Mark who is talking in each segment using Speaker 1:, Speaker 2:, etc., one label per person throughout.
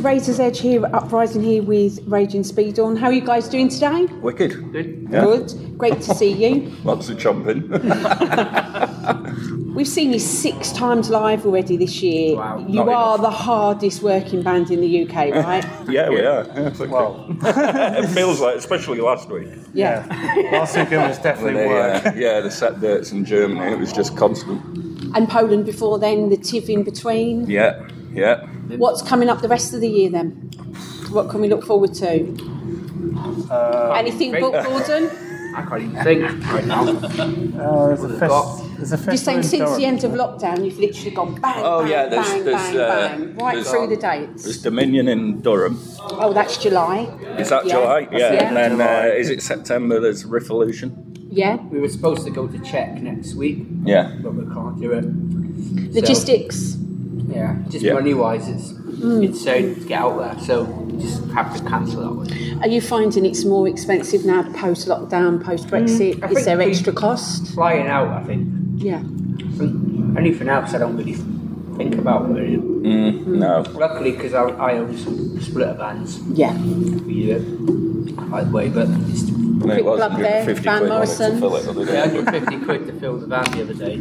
Speaker 1: Razor's Edge here, at Uprising here with Raging Speed on. How are you guys doing today?
Speaker 2: Wicked.
Speaker 1: Good. Great to see you.
Speaker 2: Lots of chomping.
Speaker 1: We've seen you six times live already this year.
Speaker 3: Wow,
Speaker 1: you
Speaker 2: not
Speaker 1: are
Speaker 2: enough.
Speaker 1: the hardest working band in the UK, right?
Speaker 2: yeah, we are. Yeah, it's okay.
Speaker 3: Well,
Speaker 2: it feels like, especially last week.
Speaker 1: yeah.
Speaker 3: last weekend was definitely
Speaker 2: The,
Speaker 3: work.
Speaker 2: uh, yeah, the set dates in Germany, it was just constant.
Speaker 1: And Poland before then, the TIV in between.
Speaker 2: Yeah, yeah.
Speaker 1: What's coming up the rest of the year then? What can we look forward to?
Speaker 2: Uh,
Speaker 1: Anything
Speaker 3: great.
Speaker 1: booked, Gordon?
Speaker 3: I can't even think right now.
Speaker 4: Oh, there's a
Speaker 3: got?
Speaker 4: fest. There's a festival.
Speaker 1: You're saying
Speaker 4: in
Speaker 1: since the
Speaker 4: Durham.
Speaker 1: end of lockdown, you've literally gone bang,
Speaker 2: Oh,
Speaker 1: bang,
Speaker 2: yeah, there's-
Speaker 1: bang,
Speaker 2: there's,
Speaker 1: bang,
Speaker 2: uh,
Speaker 1: bang, right
Speaker 2: there's-
Speaker 1: through the dates.
Speaker 2: There's Dominion in Durham.
Speaker 1: Oh, that's July.
Speaker 2: Is that
Speaker 1: Yeah.
Speaker 2: July? Yeah.
Speaker 1: Yeah.
Speaker 2: And then uh, is it September? There's Revolution.
Speaker 1: Yeah,
Speaker 3: We were supposed to go to Czech next week,
Speaker 2: Yeah.
Speaker 3: but we can't do it. So,
Speaker 1: logistics.
Speaker 3: yeah, just
Speaker 2: Yeah.
Speaker 3: money wise, it's insane to get out there. So we just have to cancel that one.
Speaker 1: Are you finding it's more expensive now post lockdown, post Brexit?
Speaker 3: I
Speaker 1: Is
Speaker 3: think
Speaker 1: there
Speaker 3: we-
Speaker 1: extra cost?
Speaker 3: Flying out, I think.
Speaker 1: Yeah.
Speaker 3: Anything else, I don't really think about really.
Speaker 2: Mm, no.
Speaker 3: Luckily, because I, I own some splitter bands,
Speaker 1: Yeah.
Speaker 3: we do it by the way, but it's
Speaker 2: No,
Speaker 1: Quick
Speaker 2: it was
Speaker 1: plug there,
Speaker 2: 150
Speaker 1: Van
Speaker 2: quid on it
Speaker 1: Morrison.
Speaker 2: to fill it the other day.
Speaker 3: 150 quid to fill the van the other day.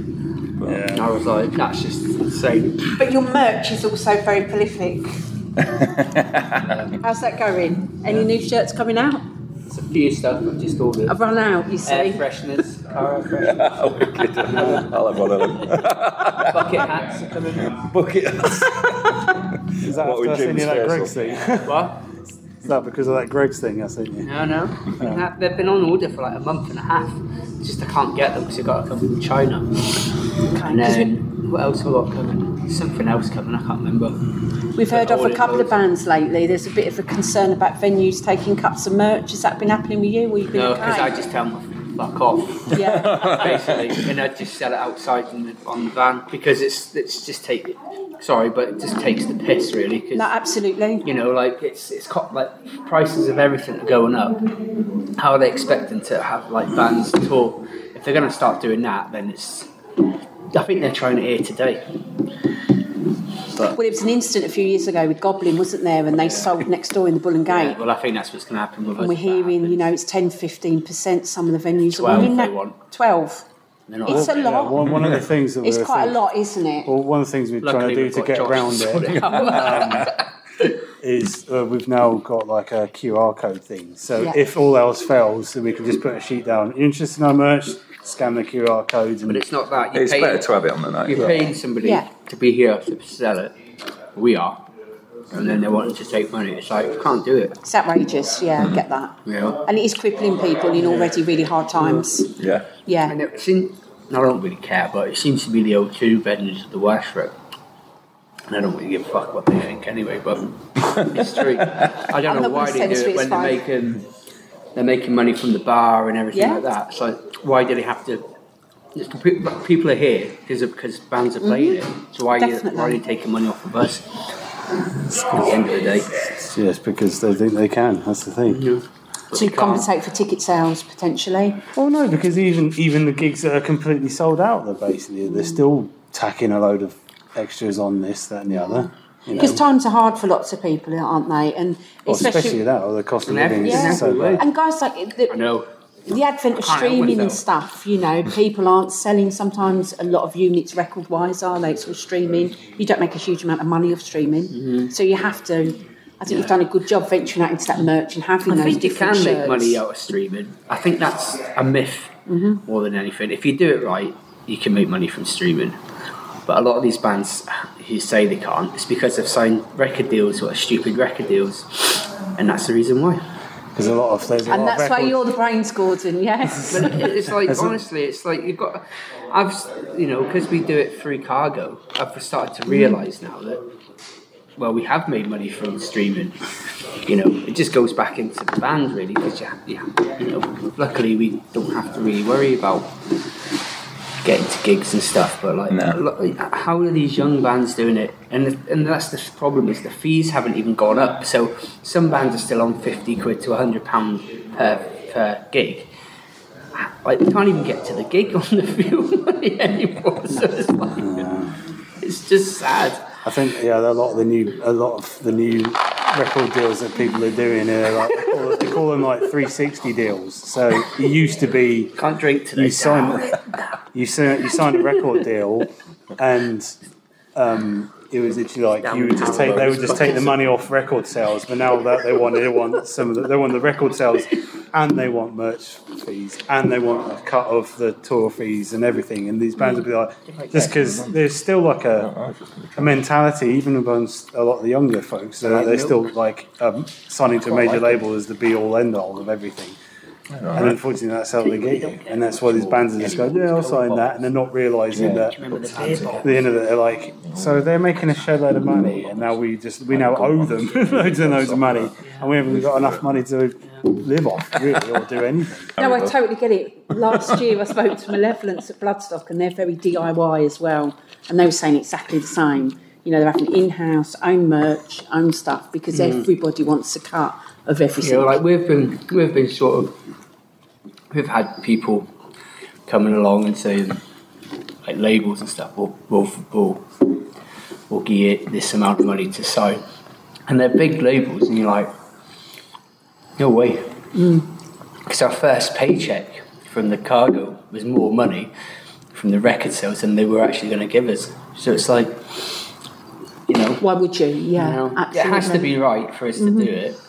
Speaker 3: And I was like, that's just insane.
Speaker 1: But your merch is also very prolific. How's that going? Any new shirts coming out?
Speaker 3: It's a few stuff I've just ordered.
Speaker 1: I've run out, you
Speaker 3: Air
Speaker 1: see.
Speaker 3: fresheners, car air fresheners,
Speaker 2: Oh, wicked. I'll have one of them.
Speaker 3: bucket hats are coming.
Speaker 2: Bucket.
Speaker 4: Is that
Speaker 2: What with
Speaker 4: after I seen
Speaker 2: Jim's
Speaker 4: you that
Speaker 2: festival?
Speaker 4: Greg's thing?
Speaker 3: What?
Speaker 4: Is that because of that Greg's thing I seen you?
Speaker 3: No, no. That- They've been on order for like a month and a half. It's Just I can't get them because I've got to come from China. And then what else have I got coming? Something else coming, I can't remember.
Speaker 1: We've heard of
Speaker 3: all
Speaker 1: a
Speaker 3: it
Speaker 1: couple of
Speaker 3: goes.
Speaker 1: bands lately. There's a bit of a concern about venues taking cups of merch. Has that been happening with you? Or you been
Speaker 3: No,
Speaker 1: okay?
Speaker 3: because I just tell them fuck off.
Speaker 1: Yeah.
Speaker 3: basically, and I just sell it outside in the, on the van because it's it's just take. Sorry, but it just takes the piss really. 'cause,
Speaker 1: No, absolutely.
Speaker 3: you know, like it's it's co- like prices of everything are going up. How are they expecting to have like bands tour? If they're going to start doing that, then it's. I think they're trying it here today.
Speaker 1: Well, it was an incident a few years ago with Goblin, wasn't there? And they sold next door in the Bull and Gate.
Speaker 3: Well, I think that's what's going to happen with us.
Speaker 1: And we're
Speaker 3: if that
Speaker 1: hearing, you
Speaker 3: happens.
Speaker 1: know, it's 10, 15% some of the venues are
Speaker 3: 12
Speaker 1: winning
Speaker 3: they
Speaker 1: that.
Speaker 3: want.
Speaker 1: 12.
Speaker 3: They're not
Speaker 1: It's a
Speaker 3: open.
Speaker 4: Yeah,
Speaker 1: lot.
Speaker 4: one, one of the things that we
Speaker 1: It's
Speaker 4: were
Speaker 1: quite a
Speaker 4: thinking-
Speaker 1: lot, isn't it?
Speaker 4: Well, one of the things we're trying
Speaker 3: Luckily,
Speaker 4: to do
Speaker 3: we've
Speaker 4: to
Speaker 3: got
Speaker 4: get
Speaker 3: Josh
Speaker 4: around
Speaker 3: to sort
Speaker 4: it is uh, we've now got like a QR code thing. So
Speaker 1: Yeah.
Speaker 4: if all else fails, then we can just put a sheet down. Interested in our merch? Scan the QR codes and
Speaker 3: But it's not that. You're
Speaker 2: It's better
Speaker 3: paying,
Speaker 2: to have it on the night.
Speaker 3: you're paying somebody
Speaker 1: Yeah.
Speaker 3: to be here to sell it. We are. And then they want to take money. It's like, you can't do it.
Speaker 1: It's outrageous. Yeah, I get that.
Speaker 3: Yeah.
Speaker 1: And it is crippling people in already really hard times.
Speaker 2: Yeah.
Speaker 1: Yeah.
Speaker 3: And it seems, I don't really care, but it seems to be the O2 venues of the worst for it. And I don't really give a fuck what they think anyway, but it's true. I
Speaker 1: I'm
Speaker 3: don't know
Speaker 1: not
Speaker 3: why
Speaker 1: gonna
Speaker 3: they do
Speaker 1: censor it,
Speaker 3: it when
Speaker 1: it's
Speaker 3: they're making, they're making money from the bar and everything
Speaker 1: Yeah.
Speaker 3: like that. It's like, why do they have to? It's, pe- but people are here because because bands are playing it. So why are, you, why are
Speaker 1: Mm-hmm. Definitely.
Speaker 3: you taking money off of us? At the end of the day,
Speaker 4: yes, because they think they can. That's the thing.
Speaker 3: But
Speaker 1: To
Speaker 3: they can't.
Speaker 1: compensate for ticket sales, potentially.
Speaker 4: Well, no, because even even the gigs that are completely sold out, they're basically they're still tacking a load of extras on this, that, and the other. You know,
Speaker 1: Because times are hard for lots of people, aren't they? And
Speaker 4: Well, especially,
Speaker 1: especially.
Speaker 4: that, or the cost of
Speaker 3: And
Speaker 4: living is
Speaker 1: everything
Speaker 4: just so
Speaker 3: everywhere.
Speaker 4: bad.
Speaker 1: And guys, like the,
Speaker 3: I know.
Speaker 1: the advent of
Speaker 3: I can't help
Speaker 1: streaming and
Speaker 3: myself.
Speaker 1: stuff, you know, people aren't selling sometimes a lot of units record wise, are they? Sort of streaming. You don't make a huge amount of money off streaming.
Speaker 3: Mm-hmm.
Speaker 1: So you have to. I think you've done a good job venturing out into that merch and having
Speaker 3: I
Speaker 1: those
Speaker 3: think you
Speaker 1: different
Speaker 3: can make
Speaker 1: shirts.
Speaker 3: money out of streaming. I think that's a myth more than anything. If you do it right, you can make money from streaming. But a lot of these bands who say they can't, it's because they've signed record deals or stupid record deals, and that's the reason why.
Speaker 4: Because a lot of there's a
Speaker 1: And
Speaker 4: lot
Speaker 1: that's
Speaker 4: of
Speaker 1: why
Speaker 4: records-
Speaker 1: you're the brains, Gordon, yes?
Speaker 3: But it- it's like honestly, it's like you've got. I've s- you know because we do it through cargo. I've started to realise now that well, we have made money from streaming. You know, it just goes back into the band really because you, you, you know, luckily we don't have to really worry about getting to gigs and stuff. But like,
Speaker 2: No.
Speaker 3: lo- how are these young bands doing it? And the, and that's the problem is the fees haven't even gone up. So some bands are still on fifty quid to hundred pound per per gig. Like they can't even get to the gig on the fuel money anymore. So it's like, it's just sad.
Speaker 4: I think yeah, a lot of the new a lot of the new record deals that people are doing. Are like, they call- they call them like 360 deals. So it used to be
Speaker 3: Can't drink today.
Speaker 4: you sign you sign you sign a record deal and um, it was literally like you would just take they would just take the money off record sales but now that they want they want some of the, they want the record sales and they want merch fees and they want a cut of the tour fees and everything and these bands would be like just because there's still like a, a mentality even amongst a lot of the younger folks that they're still like um, signing to a major label is the be all end all of everything and unfortunately, that's how they get you. And that's why these bands are just going, yeah, I'll sign that. And they're not realizing that at the end of it, they're like, so they're making a shed load of money. And now we just, we now owe them loads and loads of money. And we haven't got enough money to live off, really, or do anything.
Speaker 1: No, I totally get it. Last year I spoke to Malevolence at Bloodstock and they're very DIY as well. And they were saying exactly the same. You know, they're having in house, own merch, own stuff because everybody wants a cut of
Speaker 3: You
Speaker 1: everything.
Speaker 3: know, Mm. like we've been, we've been sort of, we've had people coming along and saying, like labels and stuff, we'll, we'll, we'll, we'll give you this amount of money to sign. And they're big labels, and you're like, no way. Because our first paycheck from the cargo was more money from the record sales than they were actually going to give us. So it's like, you know,
Speaker 1: Why would you? Yeah,
Speaker 3: you know,
Speaker 1: absolutely. Mm-hmm.
Speaker 3: It has to be right for us to do it.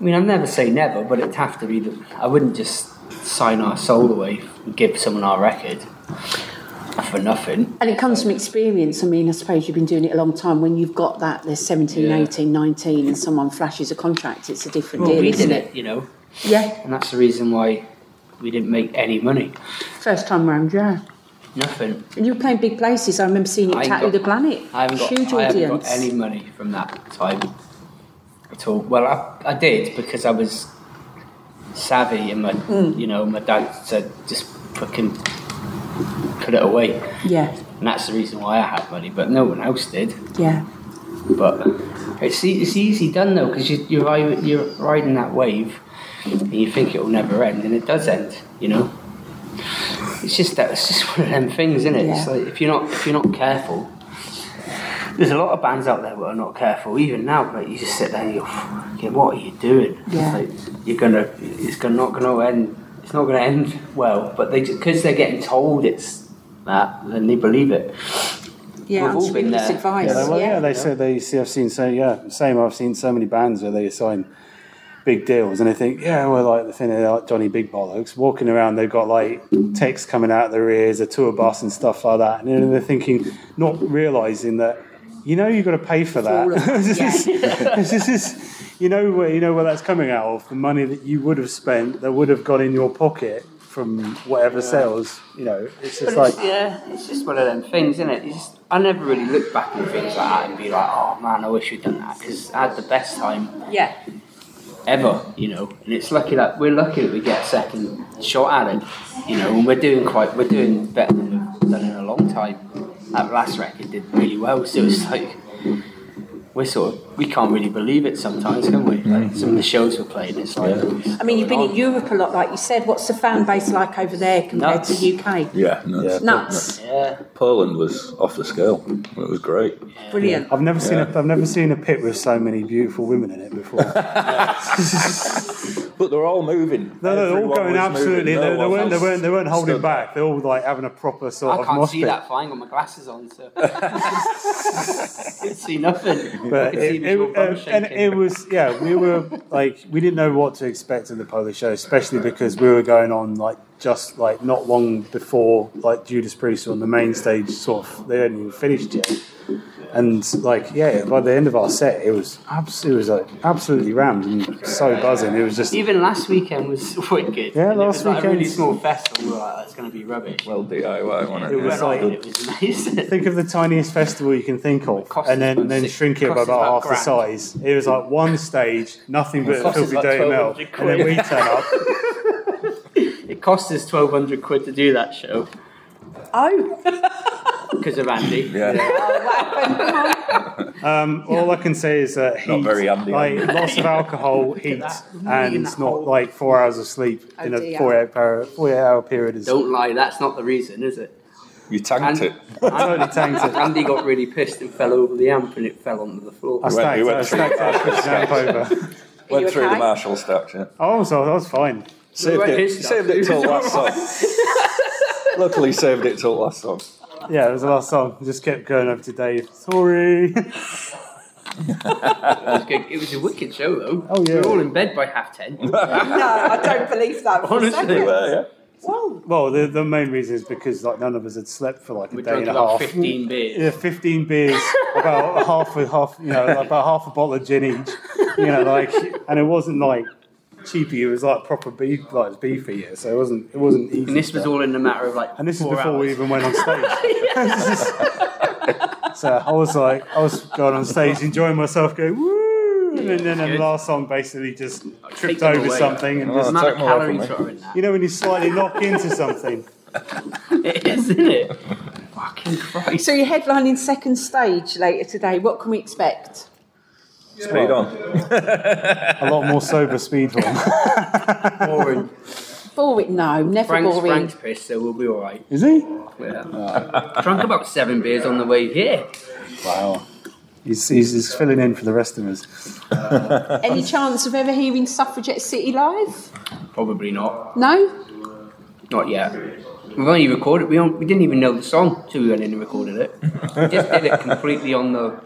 Speaker 3: I mean, I'd never say never, but it'd have to be. The, I wouldn't just sign our soul away, give someone our record for nothing.
Speaker 1: And it comes from experience. I mean, I suppose you've been doing it a long time. When you've got that, they're 17,
Speaker 3: Yeah.
Speaker 1: 18, 19, and someone flashes a contract, it's a different
Speaker 3: Well,
Speaker 1: deal,
Speaker 3: we
Speaker 1: isn't
Speaker 3: did
Speaker 1: it?
Speaker 3: it, you know,
Speaker 1: Yeah,
Speaker 3: and that's the reason why we didn't make any money.
Speaker 1: first time round, yeah.
Speaker 3: Nothing.
Speaker 1: And you were playing big places. I remember seeing you
Speaker 3: I
Speaker 1: at
Speaker 3: ain't
Speaker 1: Tattoo
Speaker 3: got-
Speaker 1: the Planet.
Speaker 3: I haven't got,
Speaker 1: Huge
Speaker 3: I haven't
Speaker 1: audience.
Speaker 3: got any money from that time at all. Well, I, I did because I was savvy, and my
Speaker 1: Mm.
Speaker 3: you know my dad said just fucking put it away.
Speaker 1: Yeah,
Speaker 3: And that's the reason why I had money, but no one else did.
Speaker 1: yeah.
Speaker 3: But it's, e- it's easy done though, because you, you're, ri- you're riding that wave and you think it'll never end, and it does end, you know? It's just that it's just one of them things, isn't it? It's
Speaker 1: Yeah.
Speaker 3: like if you're not if you're not careful, there's a lot of bands out there that are not careful. Even now, but you just sit there and you go, "Fucking, "What are you doing?"
Speaker 1: Yeah.
Speaker 3: It's like you're gonna, it's gonna, not gonna end. It's not gonna end well. But they because they're getting told it's that, then they believe it.
Speaker 1: Yeah,
Speaker 3: We've all been
Speaker 1: unscrupulous
Speaker 3: there.
Speaker 1: advice.
Speaker 4: Yeah,
Speaker 1: Yeah,
Speaker 4: they, well, yeah. they said they see. I've seen so yeah, same. I've seen so many bands where they sign big deals, and they think yeah, we're like the thing they're like Johnny Big Bollocks walking around. They've got like texts coming out their ears, a tour bus and stuff like that, and then they're thinking, not realizing that you know you've got to pay for that.
Speaker 1: all of it,
Speaker 4: This is-
Speaker 1: yeah.
Speaker 4: this is. You know where you know where that's coming out of the money that you would have spent that would have gone in your pocket from whatever sales. You know, it's just
Speaker 3: But
Speaker 4: like
Speaker 3: it's- yeah, it's just one of them things, isn't it? You just, I never really look back on things like that and be like, oh man, I wish we'd done that because I had the best time
Speaker 1: yeah.
Speaker 3: ever, you know. And it's lucky that we're lucky that we get a second shot at it, you know. And we're doing quite, we're doing better than we've done in a long time. That last record did really well, so it's like we're sort of we can't really believe it sometimes, can we? Like some of the shows we're playing, it's like
Speaker 1: I mean, you've been in Europe a lot, like you said. What's the fan base like over there compared
Speaker 3: Nuts.
Speaker 1: to UK?
Speaker 2: Yeah, nuts.
Speaker 1: Nuts.
Speaker 3: yeah.
Speaker 2: Poland was off the scale. It was great.
Speaker 1: Brilliant.
Speaker 4: I've never seen
Speaker 2: Yeah.
Speaker 4: a, I've never seen a pit with so many beautiful women in it before. no,
Speaker 2: But they're all moving.
Speaker 4: no, they're all
Speaker 2: Everyone
Speaker 4: going
Speaker 2: was
Speaker 4: absolutely.
Speaker 2: moving. No
Speaker 4: they, they
Speaker 2: one
Speaker 4: weren't, they
Speaker 2: was
Speaker 4: weren't. They weren't holding
Speaker 2: stood.
Speaker 4: back. They're all like having a proper sort
Speaker 3: I
Speaker 4: of
Speaker 3: can't
Speaker 4: mosh
Speaker 3: see
Speaker 4: pit.
Speaker 3: that fine. Got my glasses on, so could see nothing. I
Speaker 4: But
Speaker 3: could see
Speaker 4: it,
Speaker 3: my
Speaker 4: it,
Speaker 3: short bum
Speaker 4: uh, and
Speaker 3: shaking.
Speaker 4: it was yeah. We were like we didn't know what to expect in the Polish show, especially because we were going on like just like not long before like Judas Priest on the main stage. Sort of they hadn't even finished yet. And like yeah, by the end of our set, it was abs- it was like absolutely rammed and so buzzing. It was just
Speaker 3: Even last weekend was wicked.
Speaker 4: Yeah,
Speaker 3: and it was
Speaker 4: last
Speaker 3: like a really
Speaker 4: weekend's-
Speaker 3: small festival. We were like, that's going to be rubbish.
Speaker 2: Well, DIY, wasn't it?
Speaker 4: It was
Speaker 2: Yeah.
Speaker 4: like-
Speaker 3: and "Oh, it was nice.
Speaker 4: Think of the tiniest festival you can think of,
Speaker 3: Cost
Speaker 4: and then
Speaker 3: about
Speaker 4: and then
Speaker 3: six-
Speaker 4: shrink it by
Speaker 3: cost
Speaker 4: about
Speaker 3: about
Speaker 4: half the
Speaker 3: grand.
Speaker 4: size. It was like one stage, nothing but a
Speaker 3: Cost us
Speaker 4: filthy
Speaker 3: like
Speaker 4: dirty melt,
Speaker 3: 1200
Speaker 4: and then we turn up.
Speaker 3: it cost us twelve hundred quid to do that show
Speaker 1: Oh,
Speaker 3: because of Andy.
Speaker 2: Yeah.
Speaker 4: Um, all I can say is that heat,
Speaker 2: Not very handy,
Speaker 4: like
Speaker 2: Andy.
Speaker 4: loss of alcohol, heat,
Speaker 3: that. In
Speaker 4: and
Speaker 3: that
Speaker 4: not
Speaker 3: hole.
Speaker 4: like four hours of sleep
Speaker 1: Oh
Speaker 4: in a
Speaker 1: dear.
Speaker 4: four-hour four hour period is
Speaker 3: Don't lie. That's not the reason, is it?
Speaker 2: You tanked it.
Speaker 3: And-
Speaker 4: totally tanked it.
Speaker 3: Andy got really pissed and fell over the amp and it fell onto the floor.
Speaker 4: I stacked,
Speaker 2: you went
Speaker 4: I
Speaker 2: through
Speaker 4: stacked
Speaker 2: the
Speaker 4: I pushed the amp over.
Speaker 2: Went through
Speaker 1: okay?
Speaker 2: the Marshall stacks, yeah.
Speaker 4: Oh, so that was fine.
Speaker 2: Saved
Speaker 3: Right,
Speaker 2: it,
Speaker 3: here's-
Speaker 2: saved it till last song. Luckily, saved it till last song.
Speaker 4: Yeah, it was the last song. Just kept going over to Dave. Sorry.
Speaker 3: It was good- It was a wicked show though.
Speaker 4: Oh, yeah.
Speaker 3: We were all in bed by half ten.
Speaker 1: No, I don't believe that. For a
Speaker 2: They
Speaker 1: second.
Speaker 2: were,
Speaker 1: Well,
Speaker 4: Well, the, the main reason is because like none of us had slept for like a
Speaker 3: We
Speaker 4: day
Speaker 3: drank
Speaker 4: and a
Speaker 3: about
Speaker 4: half.
Speaker 3: fifteen beers.
Speaker 4: Yeah, fifteen beers, about half a half, you know, like about half a bottle of gin each. You know, like, and it wasn't like cheapy. It was like proper beef, like it was beefy. Yeah, so it wasn't it wasn't easy.
Speaker 3: And this was all in a matter of like
Speaker 4: and this is
Speaker 3: four
Speaker 4: before
Speaker 3: hours.
Speaker 4: we even went on stage. so I was like, I was going on stage, enjoying myself, going woo, and then and
Speaker 3: good.
Speaker 4: the last song basically just tripped
Speaker 3: them
Speaker 4: over
Speaker 3: away. Oh.
Speaker 4: something and
Speaker 3: The
Speaker 4: just.
Speaker 3: amount
Speaker 2: Take
Speaker 3: of
Speaker 2: them away from
Speaker 3: calories
Speaker 2: me.
Speaker 3: that are in that.
Speaker 4: You know when you slightly knock into something?
Speaker 3: It is, isn't it? Fucking Christ.
Speaker 1: so you're headlining second stage later today. What can we expect?
Speaker 2: yeah. Speed on.
Speaker 4: A lot more sober speed run.
Speaker 3: Boring.
Speaker 1: Boring? No, never
Speaker 3: Frank's,
Speaker 1: boring.
Speaker 3: Frank's pissed, so we'll be alright.
Speaker 4: Is he?
Speaker 3: Yeah. Drunk about seven beers on the way here.
Speaker 4: Wow. He's, he's, he's filling in for the rest of us.
Speaker 1: Any chance of ever hearing Suffragette City live?
Speaker 3: Probably not.
Speaker 1: No.
Speaker 3: Not yet. We've only recorded. We don't, we didn't even know the song till we went in and recorded it. We just did it completely on the.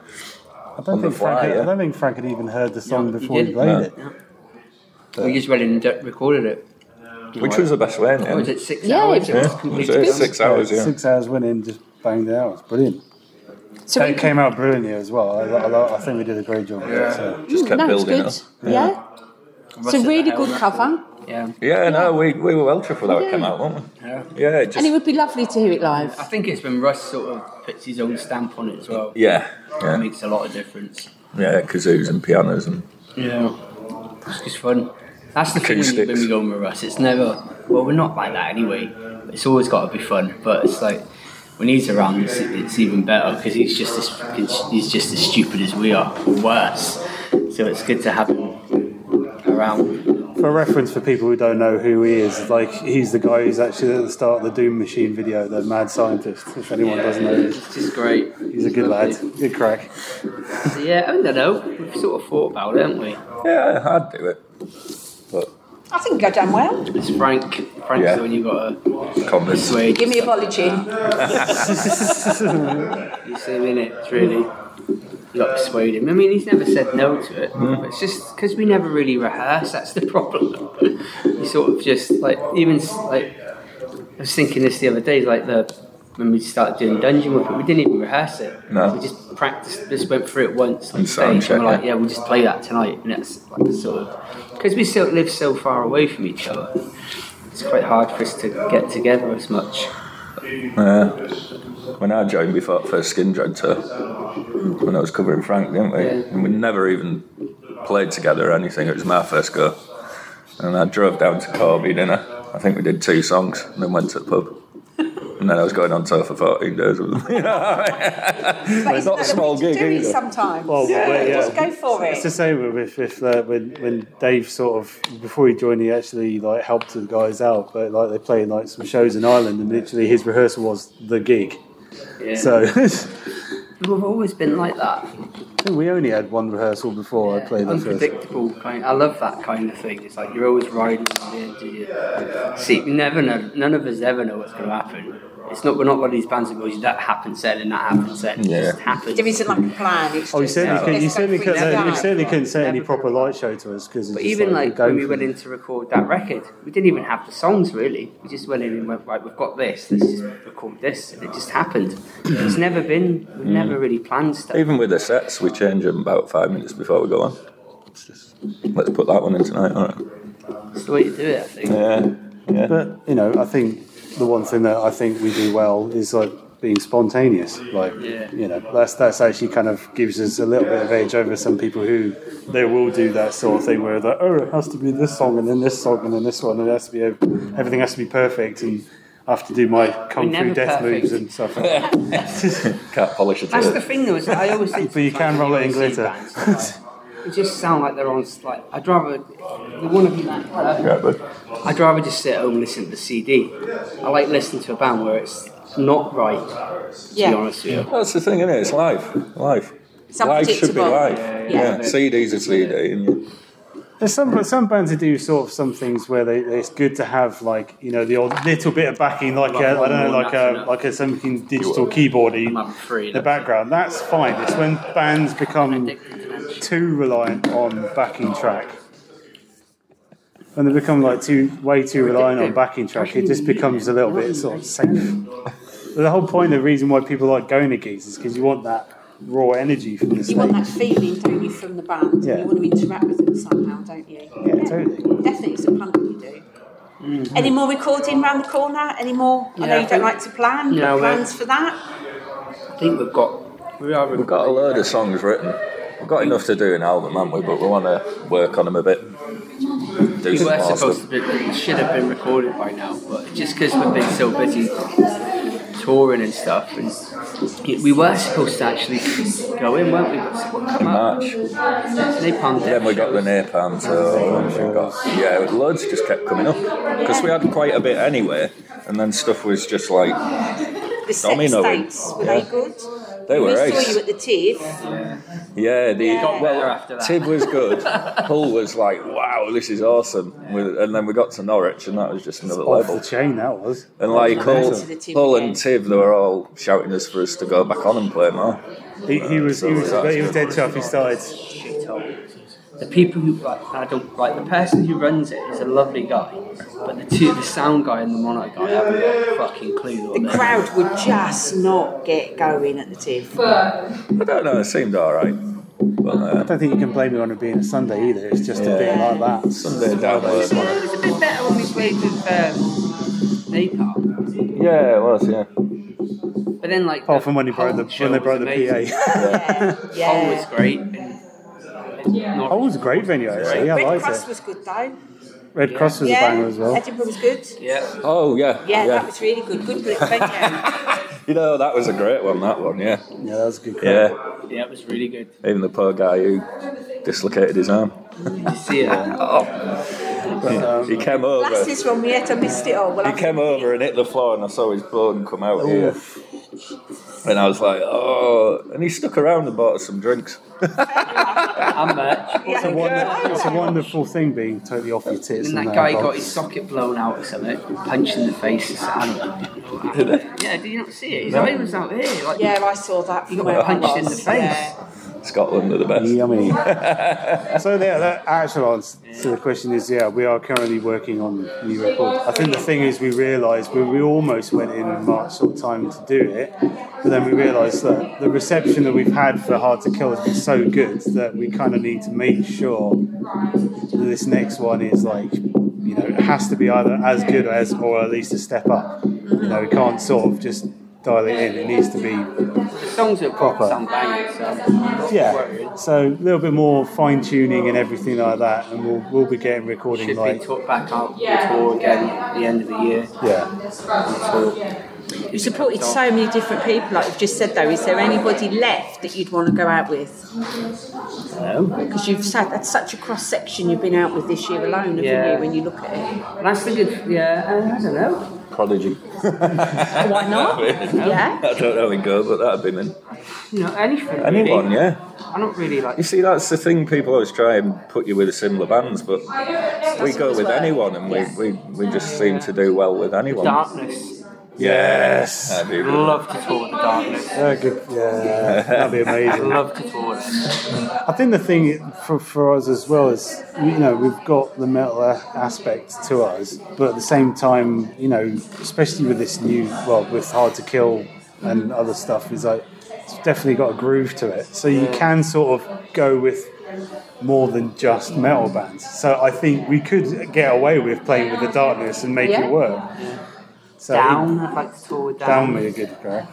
Speaker 4: I don't,
Speaker 2: On the
Speaker 4: think Frank,
Speaker 2: fly,
Speaker 4: had,
Speaker 2: yeah.
Speaker 4: I don't think Frank had even heard the song
Speaker 3: No, he
Speaker 4: before he
Speaker 3: didn't.
Speaker 4: played
Speaker 2: No.
Speaker 4: it.
Speaker 3: We just went in and d- recorded it.
Speaker 2: Which was the best way, in the
Speaker 3: What was
Speaker 2: end.
Speaker 3: Oh, it? Six
Speaker 1: Yeah,
Speaker 3: hours. It
Speaker 1: it
Speaker 3: was
Speaker 2: Yeah,
Speaker 3: completely
Speaker 2: it was
Speaker 3: done.
Speaker 2: six hours, yeah.
Speaker 4: Six hours went in, just banged it out. It's brilliant.
Speaker 1: So
Speaker 4: And it came out brilliantly as well. I, I, I think we did a great job. Yeah. So.
Speaker 2: Just kept
Speaker 1: no, it's
Speaker 2: building
Speaker 1: good.
Speaker 2: up.
Speaker 1: Yeah. It's a
Speaker 3: Russet
Speaker 1: really
Speaker 3: the
Speaker 1: good
Speaker 3: hell
Speaker 1: cover,
Speaker 3: out. Yeah.
Speaker 2: Yeah, no, we, we were well chuffed with how it came out, weren't we?
Speaker 3: Yeah.
Speaker 2: Yeah, it just,
Speaker 1: and it would be lovely to hear it live.
Speaker 3: I think it's when Russ sort of puts his own stamp on it as well.
Speaker 2: yeah,
Speaker 3: It
Speaker 2: yeah,
Speaker 3: makes a lot of difference.
Speaker 2: yeah, kazoos and pianos and
Speaker 3: Yeah. It's just fun. That's the thing when you- when
Speaker 2: Acoustics.
Speaker 3: we go with us. It's never, well, we're not like that anyway. It's always got to be fun, but it's like, when he's around, it's, it's even better because he's just as it's, he's just as stupid as we are, or worse. So it's good to have him around.
Speaker 4: For reference, for people who don't know who he is, like he's the guy who's actually at the start of the Doom Machine video, the mad scientist. If anyone doesn't know, him.
Speaker 3: It's just great.
Speaker 4: he's a good lad,
Speaker 3: Lovely.
Speaker 4: good crack.
Speaker 3: So yeah, I don't know. We've sort of thought about it, haven't we?
Speaker 2: yeah, I'd do it. But
Speaker 1: I think it'll go down well.
Speaker 3: It's Frank. Frank's
Speaker 2: Yeah.
Speaker 3: the one you got to
Speaker 2: comrades,
Speaker 3: persuade.
Speaker 1: Give me a bottle of gin.
Speaker 3: You see him in it, it's really. You got to persuade him. I mean, he's never said no to it. But it's just because we never really rehearse. That's the problem. you sort of just like even s- like I was thinking this the other day, like the when we started doing dungeon with it, we didn't even rehearse it.
Speaker 2: No.
Speaker 3: We just practiced, just went through it once on
Speaker 2: And sound
Speaker 3: stage, and we're
Speaker 2: check,
Speaker 3: like, yeah, we'll just play that tonight. And that's like sort of because we still live so far away from each other. It's quite hard for us to get together as much.
Speaker 2: yeah. When I joined before first Skin Drag tour, when I was covering Frank, didn't we?
Speaker 3: Yeah.
Speaker 2: And we never even played together or anything. It was my first go, and I drove down to Corby, didn't I? I think we did two songs, and then went to the pub. And then I was going on tour for 14 days with them. You know what I mean?
Speaker 1: But
Speaker 2: it's not a small gig
Speaker 1: do it
Speaker 2: either.
Speaker 1: sometimes.
Speaker 4: Well, yeah,
Speaker 1: Just go for
Speaker 4: It's the
Speaker 1: it.
Speaker 4: same with if uh, when when Dave sort of before he joined, he actually like helped the guys out, but like they played like some shows in Ireland, and literally his rehearsal was the gig.
Speaker 3: Yeah.
Speaker 4: So
Speaker 3: We've always been like that.
Speaker 4: we only had one rehearsal before I played the first.
Speaker 3: Unpredictable kind. I love that kind of thing. It's like you're always riding on the edge of your seat. You never know. None of us ever know what's going to happen. It's not. We're not one of these bands that goes that happens then and that happens then. It
Speaker 2: Yeah.
Speaker 3: just happens.
Speaker 1: There isn't like a plan. It's
Speaker 4: Oh, you
Speaker 1: just,
Speaker 4: certainly,
Speaker 1: uh,
Speaker 4: can, you
Speaker 1: let's go
Speaker 4: certainly,
Speaker 1: for
Speaker 4: can,
Speaker 1: it now.
Speaker 4: you certainly couldn't say any proper light show to us because
Speaker 3: But even like when we went in to record that record, we didn't even have the songs really. We just went in and went right. We've got this. Let's just record this, and it just happened. it's never been.
Speaker 4: Mm.
Speaker 3: We've never really planned stuff.
Speaker 2: Even with the sets, we change them about five minutes before we go on. It's just, let's put that one in tonight, all right?
Speaker 3: It's the way to do it. I think.
Speaker 2: Yeah, yeah.
Speaker 4: But you know, I think the one thing that I think we do well is like being spontaneous. Like
Speaker 3: Yeah.
Speaker 4: you know, that's that's actually kind of gives us a little bit of edge over some people who they will do that sort of thing where they're oh it has to be this song and then this song and then this one and it has to be a, everything has to be perfect and I have to do my kung
Speaker 3: never
Speaker 4: fu death
Speaker 3: perfect.
Speaker 4: moves and stuff. Like that.
Speaker 2: Can't polish it.
Speaker 3: That's
Speaker 2: up.
Speaker 3: the thing, though. Is that I always think.
Speaker 4: But you can
Speaker 3: sometimes
Speaker 4: roll it in
Speaker 3: when you see
Speaker 4: glitter.
Speaker 3: bands, like, It just sound like they're on. s- Like I'd rather the one of you like uh, that.
Speaker 2: Yeah, but
Speaker 3: I'd rather just sit at home and listen to the CD. I like listening to a band where it's not right.
Speaker 1: yeah.
Speaker 3: To be honest with you.
Speaker 2: That's the thing, isn't it? It's life. Life.
Speaker 1: It's
Speaker 2: Life should be
Speaker 1: unpredictable.
Speaker 2: life.
Speaker 1: Yeah.
Speaker 2: Yeah, CD's a CD, and you,
Speaker 4: There's some but some bands who do sort of some things where they, they- it's good to have like you know the old little bit of backing like,
Speaker 3: Like
Speaker 4: a, I
Speaker 3: one
Speaker 4: don't know
Speaker 3: more
Speaker 4: like
Speaker 3: nothing
Speaker 4: a
Speaker 3: up.
Speaker 4: like a something digital keyboardy
Speaker 3: I'm having three,
Speaker 4: in the background. That's fine. It's when bands become too reliant on backing track. When they become like too way too reliant on backing track, it just becomes a little bit sort of safe. The whole point, the reason why people like Gonagees is because you want that raw energy from the
Speaker 1: You want that
Speaker 4: stage.
Speaker 1: feeling, don't you, from the band?
Speaker 4: Yeah.
Speaker 1: You want to interact with them somehow, don't you?
Speaker 4: Yeah, totally.
Speaker 1: Definitely, it's a plan that you do. Any more recording round the corner? Any more? I
Speaker 3: Mm-hmm. Yeah,
Speaker 1: know
Speaker 3: I
Speaker 1: you don't
Speaker 3: think-
Speaker 1: like to plan.
Speaker 3: No,
Speaker 1: but
Speaker 3: we're-
Speaker 1: plans for that?
Speaker 3: I think we've got. We are.
Speaker 2: we've got a load of songs written. We've got enough to do in album, haven't we? But we want to work on them a bit. Do
Speaker 3: We
Speaker 2: some
Speaker 3: were
Speaker 2: more
Speaker 3: supposed
Speaker 2: stuff.
Speaker 3: to be, it should have been recorded by now, but just because we've been so busy touring and stuff, and y- we were supposed to actually go in, weren't we? But so-
Speaker 2: In March.
Speaker 3: Napalm Death
Speaker 2: Then we got the
Speaker 3: shows.
Speaker 2: napalm tour. and we got- Yeah, loads just kept coming up because we had quite a bit anyway, and then stuff was just like
Speaker 1: The set
Speaker 2: Domino
Speaker 1: states,
Speaker 2: in.
Speaker 1: were
Speaker 2: Yeah.
Speaker 1: they good?
Speaker 2: they
Speaker 1: we
Speaker 2: were
Speaker 1: saw you
Speaker 2: ace.
Speaker 1: at the TIFF.
Speaker 2: Yeah, the
Speaker 1: got
Speaker 2: well,
Speaker 3: better after that.
Speaker 2: Tib was good. Hull was like, wow, this is awesome. We- And then we got to Norwich, and that was just another
Speaker 4: Off the
Speaker 2: level.
Speaker 4: chain that was.
Speaker 2: And like Hull,
Speaker 1: to the Tib
Speaker 2: Hull
Speaker 1: again.
Speaker 2: and Tib, they were all shouting us for us to go back on and play more.
Speaker 4: He, he was he was,
Speaker 2: so that's
Speaker 4: he was dead
Speaker 2: good.
Speaker 4: sharp. He started.
Speaker 3: The people who like, I don't like the person who runs it is a lovely guy, but the two, the sound guy and the monitor guy, haven't got a fucking clue. what
Speaker 1: The
Speaker 3: they're-
Speaker 1: crowd would just not get going at the TIFF.
Speaker 2: I don't know, it seemed alright. But
Speaker 4: I
Speaker 2: uh,
Speaker 4: don't think you can blame me on it being a Sunday either. It's just a bit like that.
Speaker 2: Sunday down there.
Speaker 3: It was a bit better when we played with um, Napalm,
Speaker 2: Yeah, it was, yeah.
Speaker 3: but then like
Speaker 4: Apart from when he broke the when they broke the PA.
Speaker 1: Yeah.
Speaker 3: Hull was
Speaker 1: yeah.
Speaker 3: great. And Norwich
Speaker 4: Oh, it was a great venue actually. I
Speaker 1: Red
Speaker 4: liked
Speaker 1: Cross
Speaker 4: it.
Speaker 1: was good though.
Speaker 4: Red Cross was a
Speaker 1: yeah.
Speaker 4: banger as well.
Speaker 1: Edinburgh was good.
Speaker 3: Yeah,
Speaker 2: Oh, yeah.
Speaker 1: Yeah, that was really good. Good venue.
Speaker 2: You know, that was a great one, that one, yeah.
Speaker 4: Yeah, that was a good. crowd.
Speaker 2: Yeah,
Speaker 3: yeah, it was really good.
Speaker 2: even the poor guy who dislocated his arm.
Speaker 3: Did you see it? Oh,
Speaker 2: He came over.
Speaker 1: Last is wrong yet. I missed it all. Well,
Speaker 2: He
Speaker 1: I-
Speaker 2: came over and hit the floor, and I saw his bone come out here. And I was like, oh. And he stuck around and bought us some drinks.
Speaker 3: how much?
Speaker 1: Yeah,
Speaker 4: It's a wonder- It's a wonderful thing being totally off your tits.
Speaker 3: And that
Speaker 4: and
Speaker 3: guy
Speaker 4: that.
Speaker 3: got his socket blown out or something, punched in the face. It's- I don't know. Yeah, did you not see it? His eye was out here. Like,
Speaker 1: Yeah, I saw that.
Speaker 3: He
Speaker 1: from
Speaker 3: got
Speaker 1: where I
Speaker 3: punched in the
Speaker 1: was,
Speaker 3: face.
Speaker 1: yeah.
Speaker 2: Scotland are the best.
Speaker 4: Yummy. so yeah, that actual answer to the question is yeah, we are currently working on new record. I think the thing is we realised we, we almost went in March sort of time to do it, but then we realised that the reception that we've had for Hard to Kill has been so good that we kind of need to make sure that this next one is like you know it has to be either as good or as or at least a step up. You know, we can't sort of just dial it in. It needs to be
Speaker 3: The songs are proper.
Speaker 4: Proper.
Speaker 3: Sound banging, so
Speaker 4: yeah, so a little bit more fine tuning and everything like that, and we'll, we'll be getting recording
Speaker 3: Should
Speaker 4: like
Speaker 3: be took back out the tour again at the end of the year.
Speaker 4: yeah.
Speaker 1: You've supported so many different people, like you've just said though. Is there anybody left that you'd want to go out with?
Speaker 3: No.
Speaker 1: Because you've said that's such a cross section you've been out with this year alone, haven't
Speaker 3: Yeah.
Speaker 1: you, when you look at
Speaker 3: That's the good. Yeah, I, I don't know.
Speaker 2: Prodigy.
Speaker 1: it? Why not? yeah.
Speaker 2: I don't know we go, but that'd be in.
Speaker 3: You know, anything.
Speaker 2: Anyone,
Speaker 3: really.
Speaker 2: yeah.
Speaker 3: I don't really like.
Speaker 2: You see, that's the thing. People always try and put you with similar bands, but we go
Speaker 1: always
Speaker 2: with
Speaker 1: work.
Speaker 2: anyone, and we,
Speaker 1: Yeah.
Speaker 2: we, we just seem to do well with anyone.
Speaker 3: Darkness.
Speaker 2: Yes, I do.
Speaker 3: Love to tour the darkness.
Speaker 4: Yeah, good. yeah, that'd be amazing.
Speaker 3: Love to tour them.
Speaker 4: I think the thing for, for us as well is, you know, we've got the metal a- aspect to us, but at the same time, you know, especially with this new, well, with Hard to Kill and other stuff, is like, it's definitely got a groove to it. So you can sort of go with more than just metal bands. So I think we could get away with playing with the darkness and make
Speaker 1: Yeah.
Speaker 4: it work. So
Speaker 3: Down, I'd like to tour with down.
Speaker 4: Down would be a good crack.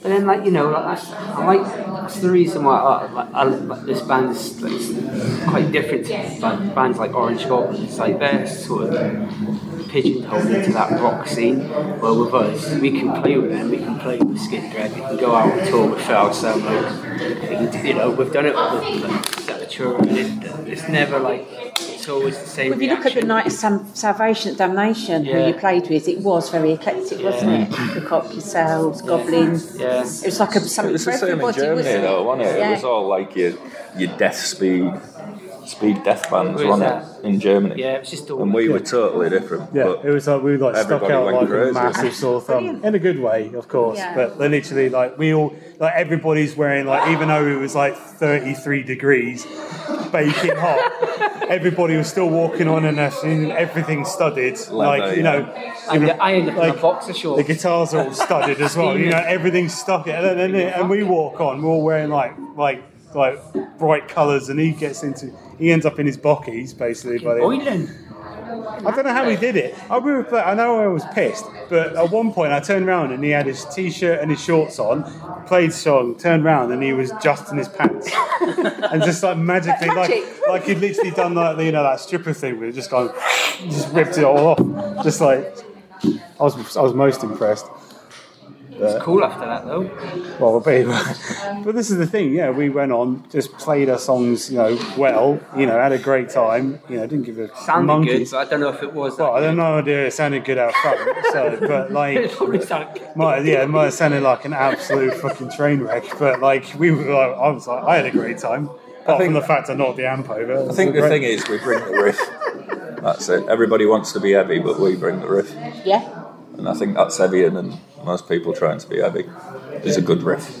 Speaker 3: But then, like you know, like that's, I like that's the reason why I, like, I like this band is like, it's quite different to like, bands like Orange Scotland. It's like they're sort of pigeonholed into that rock scene. Well, with us, we can play with them. We can play with Skid Dread. We can go out and tour with Foul Sound. Like, we can, do- you know, we've done it with like, Sepultura, and it, it's never like it's it's always the same.
Speaker 1: Well, if you look at the
Speaker 3: reaction.
Speaker 1: Night of Sam- Salvation at Damnation, who
Speaker 3: Yeah.
Speaker 1: you played with, it was very eclectic, wasn't it? Lecoq, yourselves, goblins.
Speaker 3: Yeah.
Speaker 1: It was like a, something
Speaker 2: It was
Speaker 1: for
Speaker 2: the same in
Speaker 1: everybody, wasn't
Speaker 2: Germany,
Speaker 1: it?
Speaker 2: though, wasn't it?
Speaker 1: Yeah.
Speaker 2: It was all like your your death speed, speed death bands,
Speaker 3: Who is
Speaker 2: wasn't it? In Germany.
Speaker 3: Yeah, it's just all.
Speaker 2: And we were totally different.
Speaker 4: Yeah,
Speaker 2: but
Speaker 4: it was like we like stuck
Speaker 2: everybody
Speaker 4: out
Speaker 2: went
Speaker 4: like a
Speaker 2: crazy.
Speaker 4: massive sore thumb
Speaker 1: Brilliant.
Speaker 4: in a good way, of course.
Speaker 1: Yeah.
Speaker 4: But they literally like we all like everybody's wearing like even though it was like 33 degrees, baking hot, everybody was still walking on and everything- everything studded. like you
Speaker 2: yeah.
Speaker 4: know,
Speaker 3: I ended- I ended up in a
Speaker 4: like,
Speaker 3: boxer
Speaker 4: the
Speaker 3: shorts.
Speaker 4: guitars are all studded as well. You know, everything's stuck. And, then, and, then- and we walk on. We're all wearing like like like bright colours, and he gets into he ends up in his bockies basically. By the end.
Speaker 3: Boylan.
Speaker 4: I don't know how he did it. I remember, I know I was pissed, but at one point I turned around and he had his t-shirt and his shorts on, played song, turned around and he was just in his pants, and just like magically, like
Speaker 1: Magic.
Speaker 4: like he'd literally done like you know that stripper thing where it just gone, just ripped it all off. Just like I was, I was most impressed.
Speaker 3: It's cool after that though.
Speaker 4: Well, but, but this is the thing, yeah. We went on, just played our songs, you know, well, you know, had a great time, you know, didn't give a
Speaker 3: Sounded
Speaker 4: monkey's
Speaker 3: good, but I don't know if it was.
Speaker 4: well, I
Speaker 3: that
Speaker 4: don't know idea. It sounded good out front, so but
Speaker 3: good.
Speaker 4: like,
Speaker 3: It probably sounded good.
Speaker 4: my, yeah, it might have sounded like an absolute fucking train wreck. But like, we were, like, I was like, I had a great time. Apart from
Speaker 2: think-
Speaker 4: the fact I knocked the amp over.
Speaker 2: I think the thing is, we bring the riff. That's it. Everybody wants to be heavy, but we bring the riff.
Speaker 1: Yeah.
Speaker 2: And I think that's heavier than most people trying to be heavy. It's a good riff.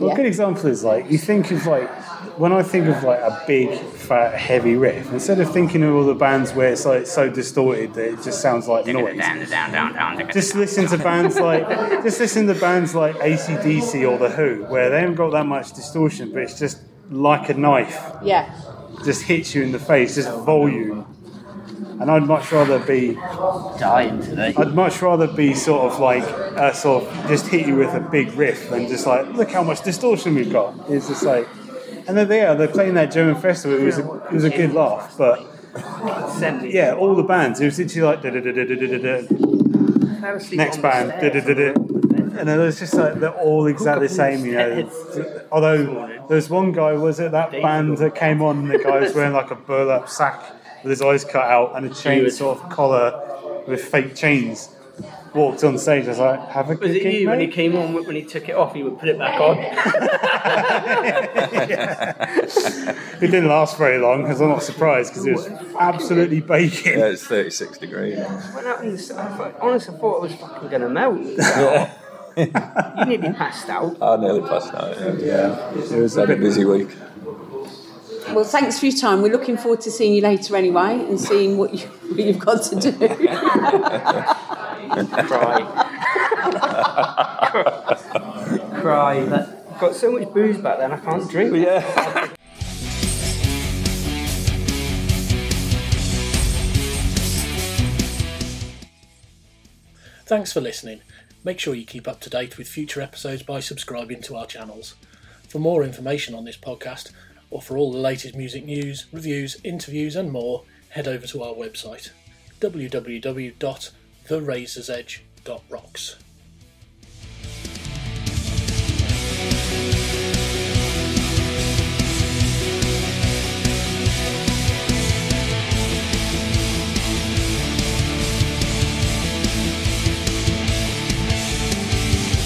Speaker 4: Well, a good example is like you think of like when I think of like a big, fat, heavy riff. Instead of thinking of all the bands where it's like so distorted that it just sounds like noise. Just listen to bands like just listen to bands like ACDC or the Who, where they haven't got that much distortion, but it's just like a knife.
Speaker 1: Yeah.
Speaker 4: just hits you in the face, just volume. And I'd much rather be,
Speaker 3: Dying today.
Speaker 4: I'd much rather be sort of like, uh, sort of just hit you with a big riff than just like, look how much distortion we've got. It's just like, and then they are, they're playing that German festival. It was a, it was a good laugh, but yeah, all the bands. It was literally like da da da da da da da. Next band, da da da da. And then it was just like they're all exactly the same, you know. Although there's one guy, was it that band that came on? and The guy was wearing like a burlap sack with his eyes cut out and a chain sort of collar with fake chains. Walked on stage. I was like, "Have a
Speaker 3: Was
Speaker 4: gig,
Speaker 3: it you when he
Speaker 4: mate?"
Speaker 3: came on? When he took it off, he would put it back on.
Speaker 4: It didn't last very long because I'm not surprised because it was absolutely baking.
Speaker 2: Yeah, it's 36 degrees.
Speaker 3: Went out in the sun, I thought- Honestly, I thought I was fucking gonna melt. you nearly passed out.
Speaker 2: I nearly passed out. Yeah.
Speaker 4: Yeah, it was a
Speaker 2: Had a
Speaker 4: bit
Speaker 2: busy week.
Speaker 1: Well, thanks for your time. We're looking forward to seeing you later anyway and seeing what, you, what you've got to do.
Speaker 3: Cry. Cry. That- Got so much booze back then, I can't drink.
Speaker 5: Thanks for listening. Make sure you keep up to date with future episodes by subscribing to our channels. For more information on this podcast, or for all the latest music news, reviews, interviews, and more, head over to our website www.therazorsedge.rocks.